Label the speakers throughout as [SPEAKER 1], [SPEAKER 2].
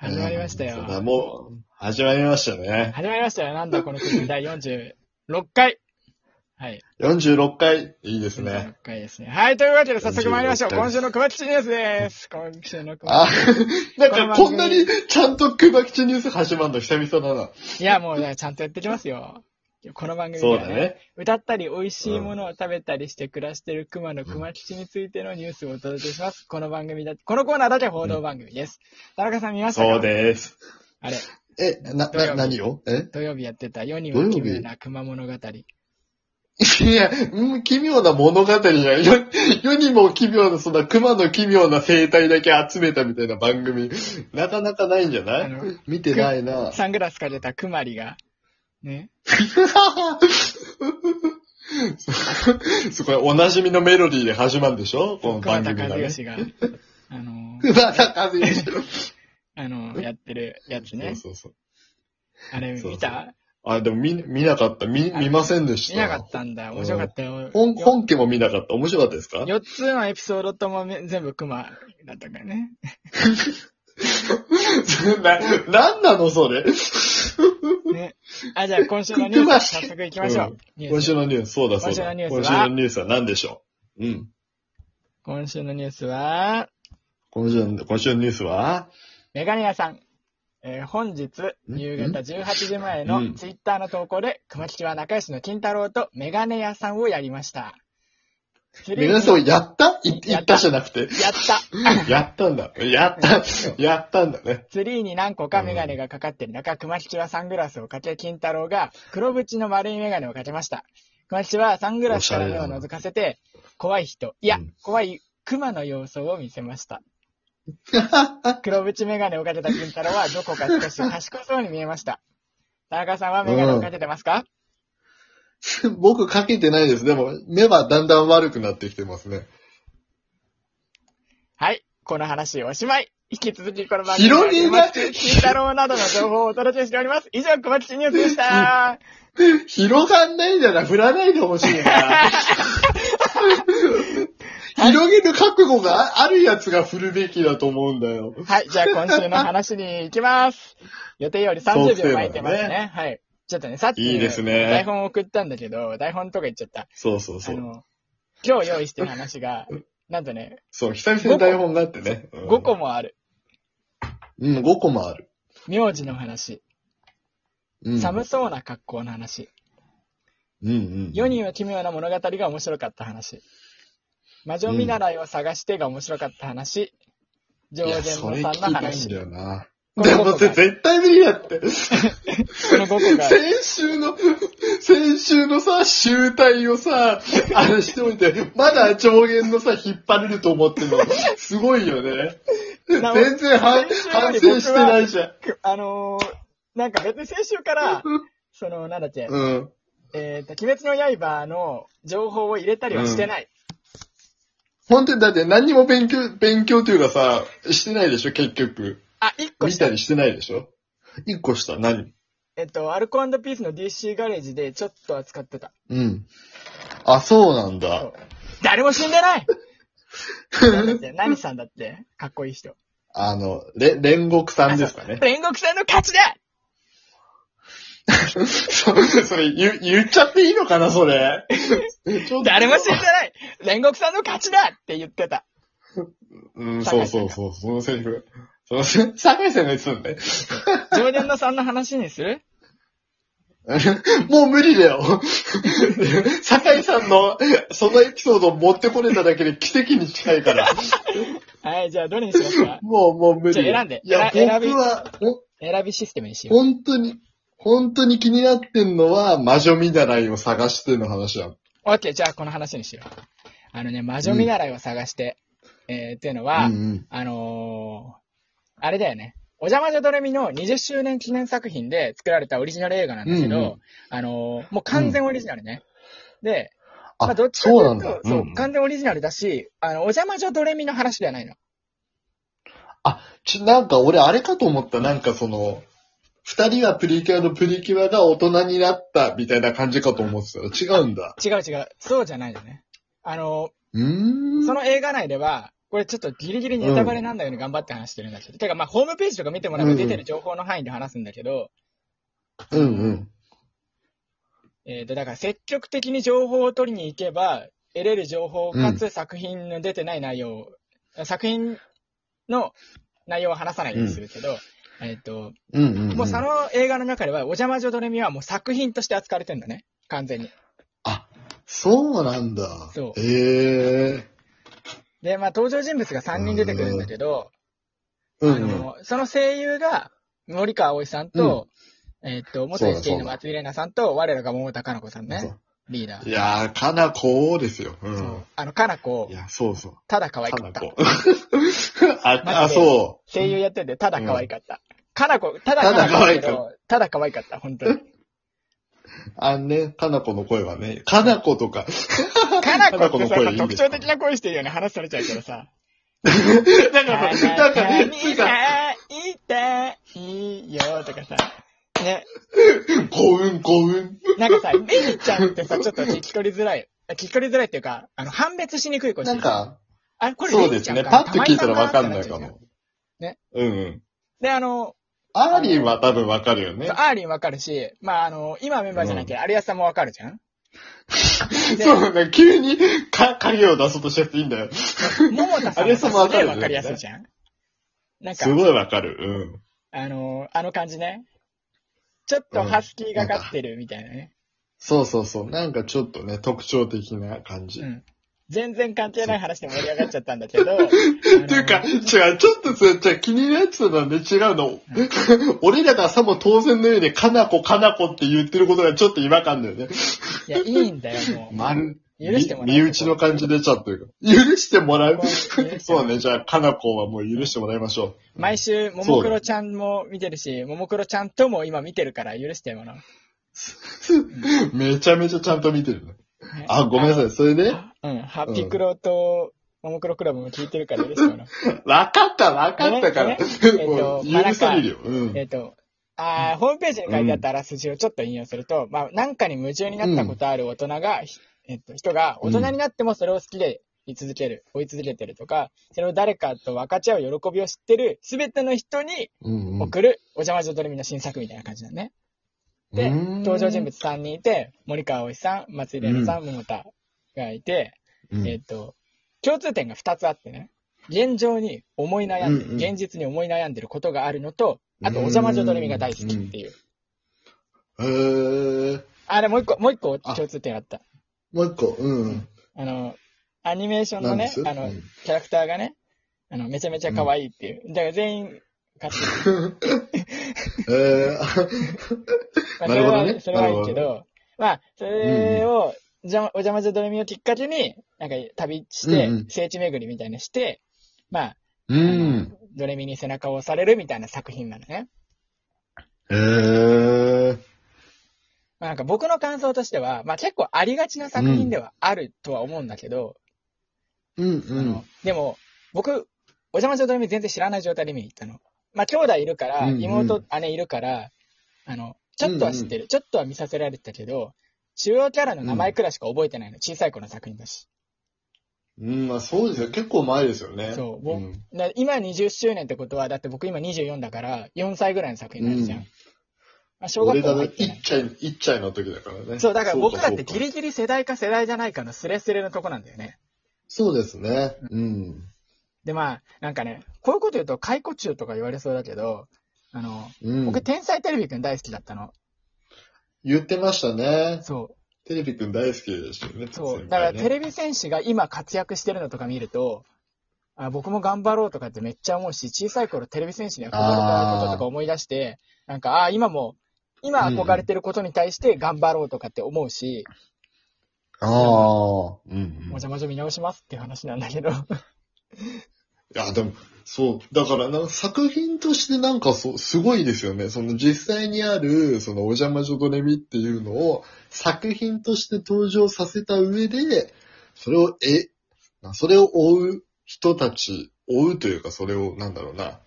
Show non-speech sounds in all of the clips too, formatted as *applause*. [SPEAKER 1] 始まりました
[SPEAKER 2] あ
[SPEAKER 1] よ。
[SPEAKER 2] もう、始まりましたね。
[SPEAKER 1] 始まりましたよ。なんだこの時、第46回。はい。
[SPEAKER 2] 46回、いいですね。
[SPEAKER 1] 46回ですね。はい、というわけで早速参りましょう。
[SPEAKER 2] 46回
[SPEAKER 1] 今週の熊吉ニュースです。今週の熊
[SPEAKER 2] あ、 *laughs* なんかこ
[SPEAKER 1] この番
[SPEAKER 2] んな
[SPEAKER 1] 組
[SPEAKER 2] にちゃんと熊吉ニュース始まるの久々だな。
[SPEAKER 1] 吉。いや、もうね、ちゃんとやってきますよ。この番組で
[SPEAKER 2] そう
[SPEAKER 1] は
[SPEAKER 2] だ
[SPEAKER 1] ね
[SPEAKER 2] ね。
[SPEAKER 1] 歌ったり美味しいものを食べたりして暮らしてる熊の熊吉についてのニュースをお届けします。この番組だ、このコーナーだけ報道番組です。田中さん見ましたか
[SPEAKER 2] そうです。
[SPEAKER 1] あれ、
[SPEAKER 2] え、な、
[SPEAKER 1] 土曜
[SPEAKER 2] な、
[SPEAKER 1] 日
[SPEAKER 2] 何をえ *laughs*
[SPEAKER 1] 土曜日やってた世にも奇妙な熊物語。
[SPEAKER 2] いや、うん奇妙な物語が、世世にも奇妙な、そんな熊の奇妙な生態だけ集めたみたいな番組、なかなかないんじゃな
[SPEAKER 1] あ
[SPEAKER 2] い
[SPEAKER 1] の
[SPEAKER 2] 見てないな。
[SPEAKER 1] サングラスかけたクマリが、ね。
[SPEAKER 2] *laughs* そこれおなじみのメロディーで始まるんでしょこの
[SPEAKER 1] 桑
[SPEAKER 2] 番
[SPEAKER 1] 田
[SPEAKER 2] 組が
[SPEAKER 1] 和
[SPEAKER 2] ね。 *laughs*
[SPEAKER 1] 義が、あの、
[SPEAKER 2] 桑田和義。
[SPEAKER 1] あの、やってるやつね。
[SPEAKER 2] そうそうそう。
[SPEAKER 1] あれ
[SPEAKER 2] そう
[SPEAKER 1] 見た
[SPEAKER 2] あ、でも見、見なかった。見、
[SPEAKER 1] あ
[SPEAKER 2] 見ませんでした。
[SPEAKER 1] 見なかったんだ。面白かったよ。
[SPEAKER 2] 本、
[SPEAKER 1] よ
[SPEAKER 2] 本家も見なかった。面白かったですか
[SPEAKER 1] 四つのエピソードともめ全部クマだったから
[SPEAKER 2] *laughs*
[SPEAKER 1] ね。
[SPEAKER 2] な、なんなのそれ。
[SPEAKER 1] ね。あ、じゃあ今週のニュース、早速行きましょ
[SPEAKER 2] う
[SPEAKER 1] う。ニュー
[SPEAKER 2] 今
[SPEAKER 1] ス
[SPEAKER 2] 週のニュース、そうだそう
[SPEAKER 1] 今週の
[SPEAKER 2] だ。
[SPEAKER 1] ニュースは
[SPEAKER 2] 今週のニュースは何でしょううん。
[SPEAKER 1] 今週のニュースは、
[SPEAKER 2] 今週の、今週のニュースは
[SPEAKER 1] メガネ屋さん。えー本日、夕方18時前
[SPEAKER 2] う
[SPEAKER 1] の
[SPEAKER 2] ん
[SPEAKER 1] ツイッターの投稿で、熊吉は仲良しの金太郎とメガネ屋さんをやりました。
[SPEAKER 2] 皆さん、やったい言ったじゃなくて。
[SPEAKER 1] やった
[SPEAKER 2] やったんだ。やった。やったんだね。
[SPEAKER 1] ツリーに何個かメガネがかかってる中、熊吉はサングラスをかけ、金太郎が黒縁の丸いメガネをかけました。熊吉はサングラスから目を覗かせて、怖い人、いや
[SPEAKER 2] うん、
[SPEAKER 1] 怖い熊の様相を見せま
[SPEAKER 2] *laughs*
[SPEAKER 1] した。黒縁メガネをかけた金太郎はどこか少し賢そうに見えました。田中さんはメガネをかけてますか、
[SPEAKER 2] *laughs* 僕かけてないです。でも、目はだんだん悪くなってきてますね。
[SPEAKER 1] はい、この話おしまい。引き続きこの番組は
[SPEAKER 2] 広げない
[SPEAKER 1] 熊吉金太郎などの情報をお届けしております。以上、熊吉ニュースでした。
[SPEAKER 2] 広がんないなら振らないでほしい *laughs* な。広げる覚悟があるやつが振るべきだと思うんだよ。
[SPEAKER 1] はい、じゃあ今週の話に行き
[SPEAKER 2] *laughs*
[SPEAKER 1] ます。予定より30秒空いてます
[SPEAKER 2] そうすれば
[SPEAKER 1] ね。はい。ちょっとね、さっき、
[SPEAKER 2] いいですね
[SPEAKER 1] 台本送ったんだけど、台本とか言っちゃった。
[SPEAKER 2] そうそう
[SPEAKER 1] あ
[SPEAKER 2] そう。
[SPEAKER 1] の、今日用意してる話が、 *laughs* なんとね、
[SPEAKER 2] そう、久々に台本があってね。うん
[SPEAKER 1] 5個。もある。
[SPEAKER 2] うん、5個もある。
[SPEAKER 1] 名字の話、
[SPEAKER 2] うん、
[SPEAKER 1] 寒そうな格好の話、
[SPEAKER 2] うんうん。
[SPEAKER 1] 世には奇妙な物語が面白かった話、魔女見習いを探してが面白かった話、上
[SPEAKER 2] いや、
[SPEAKER 1] 善
[SPEAKER 2] そ
[SPEAKER 1] の
[SPEAKER 2] れ
[SPEAKER 1] さ
[SPEAKER 2] 聞
[SPEAKER 1] んの
[SPEAKER 2] きたいん
[SPEAKER 1] 話。
[SPEAKER 2] だよ
[SPEAKER 1] こ
[SPEAKER 2] な。
[SPEAKER 1] この
[SPEAKER 2] で
[SPEAKER 1] 五個
[SPEAKER 2] も
[SPEAKER 1] が
[SPEAKER 2] 絶対無理だって。
[SPEAKER 1] の5個がある。
[SPEAKER 2] 先週の、先週のさ、集大をさ、あれしておいて、まだ上限のさ、引っ張れると思ってるの、すごいよね。
[SPEAKER 1] な
[SPEAKER 2] 全然反
[SPEAKER 1] 先週よ
[SPEAKER 2] 反
[SPEAKER 1] り
[SPEAKER 2] 省
[SPEAKER 1] 僕は
[SPEAKER 2] してないじゃん。
[SPEAKER 1] くあのーなんか別に先週から、その、なんだっけ、
[SPEAKER 2] うん。
[SPEAKER 1] えっ、と、鬼滅の刃の情報を入れたりはしてない。
[SPEAKER 2] 本当にだって何にも勉強、勉強というかさ、してないでしょ、結局。
[SPEAKER 1] あ、一個
[SPEAKER 2] 見
[SPEAKER 1] した
[SPEAKER 2] た。りしてないでしょ。一個した、何
[SPEAKER 1] えっと、アルコピースの DC ガレージでちょっと扱ってた。
[SPEAKER 2] うん。あ、そうなん
[SPEAKER 1] そ
[SPEAKER 2] だ
[SPEAKER 1] う。誰も死んでない
[SPEAKER 2] *laughs*
[SPEAKER 1] なんだっけ何さんだってかっこいい人。
[SPEAKER 2] あの、れ、煉獄さんですかね。
[SPEAKER 1] 煉獄さんの勝ちだ
[SPEAKER 2] そ *laughs* それ、言、言っちゃっていいのかな、それ。ちょっと
[SPEAKER 1] *laughs* 誰も死んでない煉獄さんの勝ちだって言ってた。
[SPEAKER 2] うん、そ
[SPEAKER 1] 酒井さんが
[SPEAKER 2] うそうそう、そのセリフ。そのせ、酒井さんが言ってたんだよ。
[SPEAKER 1] 上田のさんの話にする
[SPEAKER 2] *laughs* もう無理だよ。 *laughs* 酒井さんの、そのエピソードを持ってこれただけで奇跡に近い
[SPEAKER 1] *laughs*
[SPEAKER 2] から。
[SPEAKER 1] はい、じゃあどれにしますか
[SPEAKER 2] もう、もう無理。
[SPEAKER 1] じゃあ選んで
[SPEAKER 2] いや、僕
[SPEAKER 1] 選選び
[SPEAKER 2] は、
[SPEAKER 1] 選びシステムにし
[SPEAKER 2] お
[SPEAKER 1] よう。
[SPEAKER 2] 本当に、本当に気になってんのは、魔女見習いを探しての話だ。
[SPEAKER 1] オッケー、じゃあこの話にしよう。あのね、魔女見習いを探して、えー、っていうのは、
[SPEAKER 2] うんうん。
[SPEAKER 1] あのー、あれだよね。おじゃまじゃドレミの20周年記念作品で作られたオリジナル映画なんだけど、
[SPEAKER 2] うんうん
[SPEAKER 1] あのーもう完全オリジナルね。で、まあ、
[SPEAKER 2] あ
[SPEAKER 1] どっ、ちかと
[SPEAKER 2] そ
[SPEAKER 1] う
[SPEAKER 2] うない
[SPEAKER 1] ん
[SPEAKER 2] だ
[SPEAKER 1] と、。そう、
[SPEAKER 2] うん
[SPEAKER 1] 完全オリジナルだし、あの、おじゃまじゃドレミの話ではないの。
[SPEAKER 2] ちょ、なんか俺あれかと思った、なんかその、二人はプリキュアのプリキュアが大人になったみたいな感じかと思ってたら違うんだ。
[SPEAKER 1] 違う違う。そうじゃないのね。あの
[SPEAKER 2] うーん。
[SPEAKER 1] ーその映画内では、これちょっとギリギリネタバレなんだよね、頑張って話してるんだけど。てか、まあ、ホームページとか見てもらえば出てる情報の範囲で話すんだけど、
[SPEAKER 2] うんうん。
[SPEAKER 1] えっ、と、だから積極的に情報を取りに行けば、得れる情報、
[SPEAKER 2] うん
[SPEAKER 1] かつ作品の出てない内容、作品の内容は話さないようにするけど、えっ、と、
[SPEAKER 2] うんうん、うん。
[SPEAKER 1] もうその映画の中では、お邪魔女ドレミはもう作品として扱われてんだね。完全に。
[SPEAKER 2] あ、そうなんだ。
[SPEAKER 1] そう
[SPEAKER 2] へえ。
[SPEAKER 1] で、まあ登場人物が3人出てくるんだけど、
[SPEAKER 2] う
[SPEAKER 1] あ
[SPEAKER 2] んうん。
[SPEAKER 1] の、その声優が、森川葵さんと、えっと、元
[SPEAKER 2] そうだ
[SPEAKER 1] SK の松井玲奈さんと、我らが桃田かな子さん
[SPEAKER 2] そ
[SPEAKER 1] ね
[SPEAKER 2] う。
[SPEAKER 1] リーダー。
[SPEAKER 2] いやー、かなこですよ。う
[SPEAKER 1] そ
[SPEAKER 2] ん
[SPEAKER 1] う。あの、かな子
[SPEAKER 2] い、や、そうそう。
[SPEAKER 1] ただ可愛
[SPEAKER 2] か
[SPEAKER 1] かった。
[SPEAKER 2] なこ。 *laughs* あ、あ、そ
[SPEAKER 1] 声優やってて、ただ可愛かった。かな子、ただ
[SPEAKER 2] ただ
[SPEAKER 1] 可愛いけ
[SPEAKER 2] 可愛
[SPEAKER 1] ど、ただ可愛かった、本当に。
[SPEAKER 2] う。あのね、かなこの声はね、かなことか。
[SPEAKER 1] かな子
[SPEAKER 2] かな
[SPEAKER 1] っ
[SPEAKER 2] 子
[SPEAKER 1] て
[SPEAKER 2] の
[SPEAKER 1] さ、
[SPEAKER 2] 声 *laughs* いいんですか
[SPEAKER 1] 特徴的な声してるよね、話されちゃうけどさ。
[SPEAKER 2] だからさ、 *laughs* なんか、なんか、
[SPEAKER 1] 痛いよとかさ。ね。
[SPEAKER 2] 幸運幸運。
[SPEAKER 1] なんかさ、メイちゃんってさ、ちょっと聞き取りづらい。聞き取りづらいっていうか、あの、判別しにくい子して
[SPEAKER 2] な
[SPEAKER 1] る
[SPEAKER 2] ん、か、
[SPEAKER 1] あ、これ
[SPEAKER 2] そう
[SPEAKER 1] メイ
[SPEAKER 2] で
[SPEAKER 1] ち
[SPEAKER 2] す
[SPEAKER 1] ゃん
[SPEAKER 2] ね。
[SPEAKER 1] か
[SPEAKER 2] パッと聞いたらわかんな
[SPEAKER 1] 玉
[SPEAKER 2] いか
[SPEAKER 1] 井さんなってっちゃうじゃ
[SPEAKER 2] も。
[SPEAKER 1] ね。
[SPEAKER 2] うんうん。
[SPEAKER 1] で、あの、
[SPEAKER 2] アーリンは多分わかるよね。
[SPEAKER 1] アーリンわかるし、まあ、あの、今メンバーじゃないけど、有安さんもわかるじ
[SPEAKER 2] *laughs*
[SPEAKER 1] ゃんで
[SPEAKER 2] そうなんだ、急に、か、影を出そうとしちゃっていいんだよ。
[SPEAKER 1] 桃田さん
[SPEAKER 2] 有吉さんもわかる
[SPEAKER 1] わかりやすいじゃんなんか
[SPEAKER 2] す、ごいわかる。うん。
[SPEAKER 1] あの、あの感じね。ちょっとハスキーがかってるみたいなね。
[SPEAKER 2] そうそうそう。なんかちょっとね、特徴的な感じ。
[SPEAKER 1] う
[SPEAKER 2] っ
[SPEAKER 1] ん。全然関係ない話で盛り上がっちゃったんだけ
[SPEAKER 2] *laughs*
[SPEAKER 1] ど。って
[SPEAKER 2] ていうか、違う、ちょっとそれ、じゃあ気になってたのはね、違うの。 *laughs* 俺らがさも当然のように、かなこかなこって言ってることがちょっと違和感だよね。
[SPEAKER 1] いや、いいんだよ、もう。
[SPEAKER 2] まる、
[SPEAKER 1] 許してもらう
[SPEAKER 2] 身内の感じ出ちゃってるから。 *laughs* 許してもらう
[SPEAKER 1] 許してもらう
[SPEAKER 2] *laughs* そうね、じゃあ、かなこはもう許してもらいましょう。
[SPEAKER 1] 毎週、ももクロちゃんも見てるし、ももクロちゃんとも今見てるから許してもらおう。
[SPEAKER 2] めちゃめちゃちゃんと見てるの。
[SPEAKER 1] ね
[SPEAKER 2] あ、ごめんなさい。それで、
[SPEAKER 1] うん、ハッピークロと、ももクロクラブも聞いてるから許してもらおう。
[SPEAKER 2] わかった、わかった *laughs* から。
[SPEAKER 1] ええっと
[SPEAKER 2] もう許されるよ。うん。
[SPEAKER 1] えっと、あーホームページに書いてあったあらすじをちょっと引用すると、まあ、なんかに夢中になったことある大人が、ひえっと、人が大人になってもそれを好きでい続ける、追い続けてるとか、それを誰かと分かち合う喜びを知ってる、すべての人に
[SPEAKER 2] うんうん
[SPEAKER 1] 送る、お邪魔女ドレミの新作みたいな感じだね。で、
[SPEAKER 2] うん
[SPEAKER 1] 登場人物3人いて、森川葵さん、松井玲奈さん、桃田がいて、
[SPEAKER 2] うん
[SPEAKER 1] えっと、共通点が2つあってね、現状に思い悩んでる、
[SPEAKER 2] うんうん
[SPEAKER 1] 現実に思い悩んでることがあるのと、あと、
[SPEAKER 2] うん
[SPEAKER 1] お邪魔女ドレミが大好きっていう。
[SPEAKER 2] えー、
[SPEAKER 1] あれ、もう一個、もう一個共通点あった。
[SPEAKER 2] もう一個、うん。
[SPEAKER 1] あの、アニメーションのね、
[SPEAKER 2] 何
[SPEAKER 1] あの
[SPEAKER 2] ですうん、
[SPEAKER 1] キャラクターがね、あの、めちゃめちゃ可愛いっていう。だから全員、買って
[SPEAKER 2] *laughs*
[SPEAKER 1] る。
[SPEAKER 2] え
[SPEAKER 1] まあ、そ
[SPEAKER 2] な
[SPEAKER 1] れ
[SPEAKER 2] るほど
[SPEAKER 1] は、
[SPEAKER 2] ね
[SPEAKER 1] それはいいけ
[SPEAKER 2] なる
[SPEAKER 1] ど、まあ、それを、じゃお邪魔女ドレミをきっかけに、なんか旅して、
[SPEAKER 2] うんうん
[SPEAKER 1] 聖地巡りみたいなして、まあ、 *laughs*
[SPEAKER 2] ー、うん。
[SPEAKER 1] ドレミに背中を押されるみたいな作品なのね。
[SPEAKER 2] えー、
[SPEAKER 1] まあ、なんか僕の感想としては、まあ結構ありがちな作品ではあるとは思うんだけど、
[SPEAKER 2] うん
[SPEAKER 1] あのでも、僕、お邪魔女ドレミ全然知らない状態で見に行ったの。まあ、兄弟いるから、
[SPEAKER 2] うんうん
[SPEAKER 1] 妹、姉いるから、あの、ちょっとは知ってる、ちょっとは見させられてたけど、主要キャラの名前くらいしか覚えてないの、小さい子の作品だし。
[SPEAKER 2] うん。うん、まあそうですよ。結構前ですよね。
[SPEAKER 1] そう
[SPEAKER 2] う
[SPEAKER 1] 僕
[SPEAKER 2] ん。
[SPEAKER 1] だ今20周年ってことは、だって僕今24だから、4歳ぐらいの作品になるじゃん。
[SPEAKER 2] うん
[SPEAKER 1] まあ、小
[SPEAKER 2] 俺
[SPEAKER 1] 学校
[SPEAKER 2] が
[SPEAKER 1] も入
[SPEAKER 2] ね、
[SPEAKER 1] って
[SPEAKER 2] い
[SPEAKER 1] な
[SPEAKER 2] っ
[SPEAKER 1] い。
[SPEAKER 2] ちゃい、いっちゃいの時だからね。
[SPEAKER 1] そう、だから僕だってギ
[SPEAKER 2] そうか
[SPEAKER 1] リギリ世代か世代じゃないかのスレスレのとこなんだよね。
[SPEAKER 2] そうですね。うん。
[SPEAKER 1] で、まあ、なんかね、こういうこと言うと、解雇中とか言われそうだけど、あの、
[SPEAKER 2] うん。
[SPEAKER 1] 僕、天才テレビくん大好きだったの。
[SPEAKER 2] 言ってましたね。
[SPEAKER 1] そ
[SPEAKER 2] テレビくん大好きでしたよね。
[SPEAKER 1] う、そう。だからテ
[SPEAKER 2] ビ。
[SPEAKER 1] レビ戦士が今活躍してるのとか見ると、あ僕も頑張ろうとかってめっちゃ思うし、小さい頃テレビ戦士に憧れてることとか思い出して、なんか、ああー、今も、今憧れてることに対して頑張ろうとかって思うし、
[SPEAKER 2] ああ。うん、うん。
[SPEAKER 1] もうじゃまじゃ見直しますっていう話なんだけど、
[SPEAKER 2] いや、でも、そう。だからな、作品としてなんかそう、すごいですよね。その実際にある、そのお邪魔女ドレミっていうのを、作品として登場させた上で、それを、え、なそれを追う人たち、追うというか、それを、なんだろうな、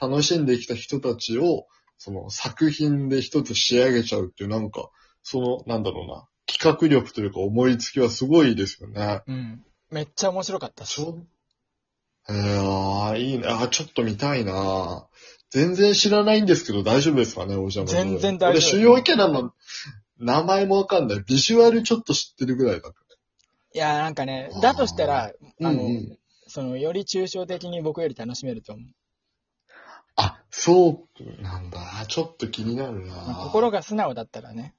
[SPEAKER 2] 楽しんできた人たちを、その作品で一つ仕上げちゃうっていう、なんか、その、なんだろうな、企画力というか思いつきはすごいですよね。
[SPEAKER 1] うん。めっちゃ面白かったし。
[SPEAKER 2] そう。えー、あーいいね。あー、ちょっと見たいな全然知らないんですけど大丈夫ですかね、お邪魔
[SPEAKER 1] 全然大丈夫
[SPEAKER 2] 俺、主要キャラの名前もわかんない。ビジュアルちょっと知ってるぐらいだか
[SPEAKER 1] いやー、なんかね
[SPEAKER 2] あー、
[SPEAKER 1] だとしたら、
[SPEAKER 2] ら。
[SPEAKER 1] あ
[SPEAKER 2] うん
[SPEAKER 1] の、
[SPEAKER 2] うん。
[SPEAKER 1] その、より抽象的に僕より楽しめると思う。
[SPEAKER 2] あ、そうなんだ。ちょっと気になるな、
[SPEAKER 1] まあ心が素直だったらね。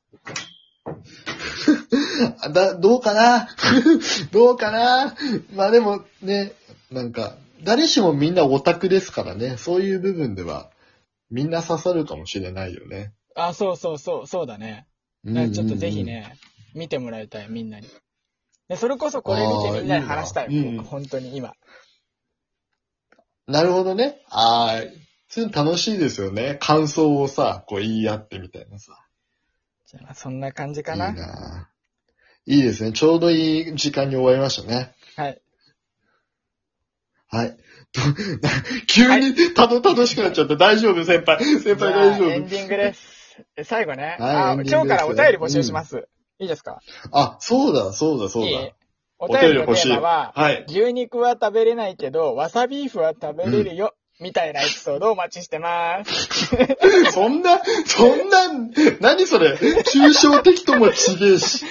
[SPEAKER 2] あ *laughs* だ、どうかな *laughs* どうかなまあでもね、なんか、誰しもみんなオタクですからね、そういう部分では、みんな刺さるかもしれないよね。
[SPEAKER 1] あ、そうそうそう、そうだね。だからちょっとぜひね、見てもらいたい、みんなに。でそれこそこれ見てみんなに話したい、
[SPEAKER 2] あーいいなうん
[SPEAKER 1] 僕本当に今。
[SPEAKER 2] うんうんうん。なるほどね。あーそういうの楽しいですよね。感想をさ、こう言い合ってみたいなさ。
[SPEAKER 1] じゃあ、そんな感じ
[SPEAKER 2] い
[SPEAKER 1] か
[SPEAKER 2] い
[SPEAKER 1] な。
[SPEAKER 2] な。いいですね。ちょうどいい時間に終わりましたね。
[SPEAKER 1] はい。
[SPEAKER 2] はい。と *laughs* 急にたどたどしくなっちゃって大丈夫先輩。先
[SPEAKER 1] じゃ
[SPEAKER 2] 輩
[SPEAKER 1] あ
[SPEAKER 2] 大丈夫
[SPEAKER 1] エンディングです。え最後ね、
[SPEAKER 2] はいエ
[SPEAKER 1] あ
[SPEAKER 2] ンディングです
[SPEAKER 1] 今日からお便り募集します。いいですか
[SPEAKER 2] あ、そうだ、そうだ、そう
[SPEAKER 1] いい
[SPEAKER 2] だ。
[SPEAKER 1] お便りのテ
[SPEAKER 2] お便り欲しい
[SPEAKER 1] ーマは、
[SPEAKER 2] はい。
[SPEAKER 1] 牛肉は食べれないけど、わさビーフは食べれるよ、みたいなエピソードをお待ちしてます。
[SPEAKER 2] そんな、そんな、何それ、抽象的ともちげえし。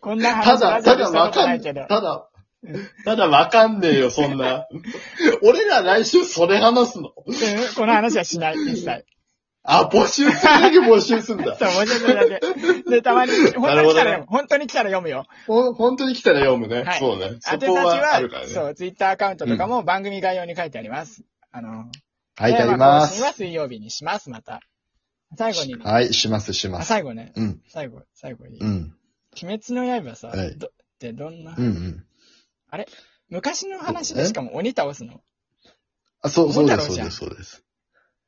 [SPEAKER 1] こんな
[SPEAKER 2] た
[SPEAKER 1] 話
[SPEAKER 2] だ、
[SPEAKER 1] ラジ
[SPEAKER 2] た
[SPEAKER 1] オで
[SPEAKER 2] だ
[SPEAKER 1] した
[SPEAKER 2] わ
[SPEAKER 1] こと
[SPEAKER 2] か、
[SPEAKER 1] なんいけど。
[SPEAKER 2] ただ、ただわかんねえよ、そんな。 *laughs* 俺ら来週それ話すの。
[SPEAKER 1] うんこの話はしない、一切。
[SPEAKER 2] あ、募集するだけ募集すんだ
[SPEAKER 1] *laughs* そ。う、面白いだけ。で、た
[SPEAKER 2] *laughs*
[SPEAKER 1] まに、本当に来たら読む。本当に来たら読むよ。
[SPEAKER 2] ほん本当に来たら読むね。
[SPEAKER 1] はい
[SPEAKER 2] そうね。
[SPEAKER 1] 宛
[SPEAKER 2] そ
[SPEAKER 1] 先
[SPEAKER 2] こはあ
[SPEAKER 1] は、
[SPEAKER 2] るから
[SPEAKER 1] そ
[SPEAKER 2] ね。
[SPEAKER 1] う、ツイッターアカウントとかも番組概要に書いてあります。あの、
[SPEAKER 2] 書いてあり
[SPEAKER 1] テーマ
[SPEAKER 2] ま
[SPEAKER 1] 更新は
[SPEAKER 2] す。
[SPEAKER 1] 水曜日にします、また。最後に、
[SPEAKER 2] はい、します、しま
[SPEAKER 1] あ
[SPEAKER 2] す。
[SPEAKER 1] 最後ね、
[SPEAKER 2] うん、
[SPEAKER 1] 最後、最後に。
[SPEAKER 2] うん、
[SPEAKER 1] 鬼滅の刃さ、
[SPEAKER 2] はい
[SPEAKER 1] どってどんな、
[SPEAKER 2] うん、うん。
[SPEAKER 1] 昔の話でしかも鬼倒すの
[SPEAKER 2] あ、そう、そう
[SPEAKER 1] 桃
[SPEAKER 2] で
[SPEAKER 1] 太
[SPEAKER 2] す、
[SPEAKER 1] 郎
[SPEAKER 2] そう
[SPEAKER 1] じゃん
[SPEAKER 2] です、そうです。